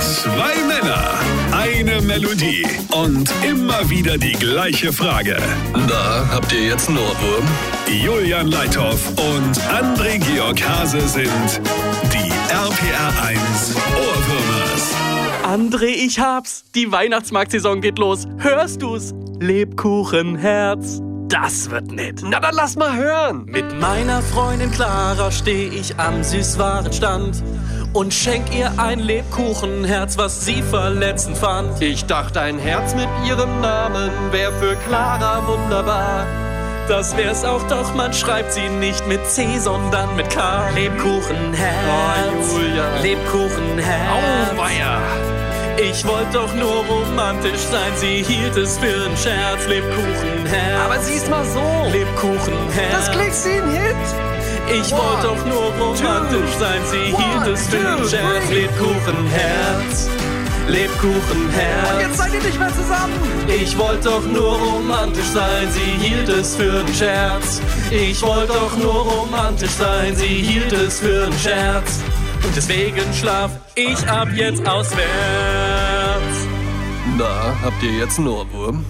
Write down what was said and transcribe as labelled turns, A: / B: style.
A: Zwei Männer, eine Melodie und immer wieder die gleiche Frage.
B: Da habt ihr jetzt einen Ohrwurm.
A: Julian Leithoff und André Georg Hase sind die RPR 1 Ohrwürmers.
C: André, ich hab's. Die Weihnachtsmarktsaison geht los. Hörst du's? Lebkuchenherz. Das wird nett.
B: Na dann lass mal hören.
C: Mit meiner Freundin Clara steh ich am Süßwarenstand und schenk ihr ein Lebkuchenherz, was sie verletzend fand.
B: Ich dachte, ein Herz mit ihrem Namen wäre für Clara wunderbar.
C: Das wär's auch doch, man schreibt sie nicht mit C, sondern mit K.
B: Oh,
C: Lebkuchenherz.
B: Julia.
C: Lebkuchenherz.
B: Auweia.
C: Ich wollte doch nur romantisch sein, sie hielt es für einen Scherz. Lebkuchenherz.
B: Aber sieh's mal so.
C: Lebkuchenherz.
B: Das klingt wie ein Hit.
C: Ich wollte doch nur romantisch
B: two,
C: sein, sie
B: one,
C: hielt es für einen
B: two,
C: Scherz.
B: three.
C: Lebkuchenherz. Lebkuchenherz.
B: Jetzt seid ihr nicht mehr zusammen.
C: Ich wollte doch nur romantisch sein, sie hielt es für einen Scherz. Ich wollte doch nur romantisch sein, sie hielt es für einen Scherz. Und deswegen schlaf ich ab jetzt auswärts.
B: Da habt ihr jetzt einen Ohrwurm.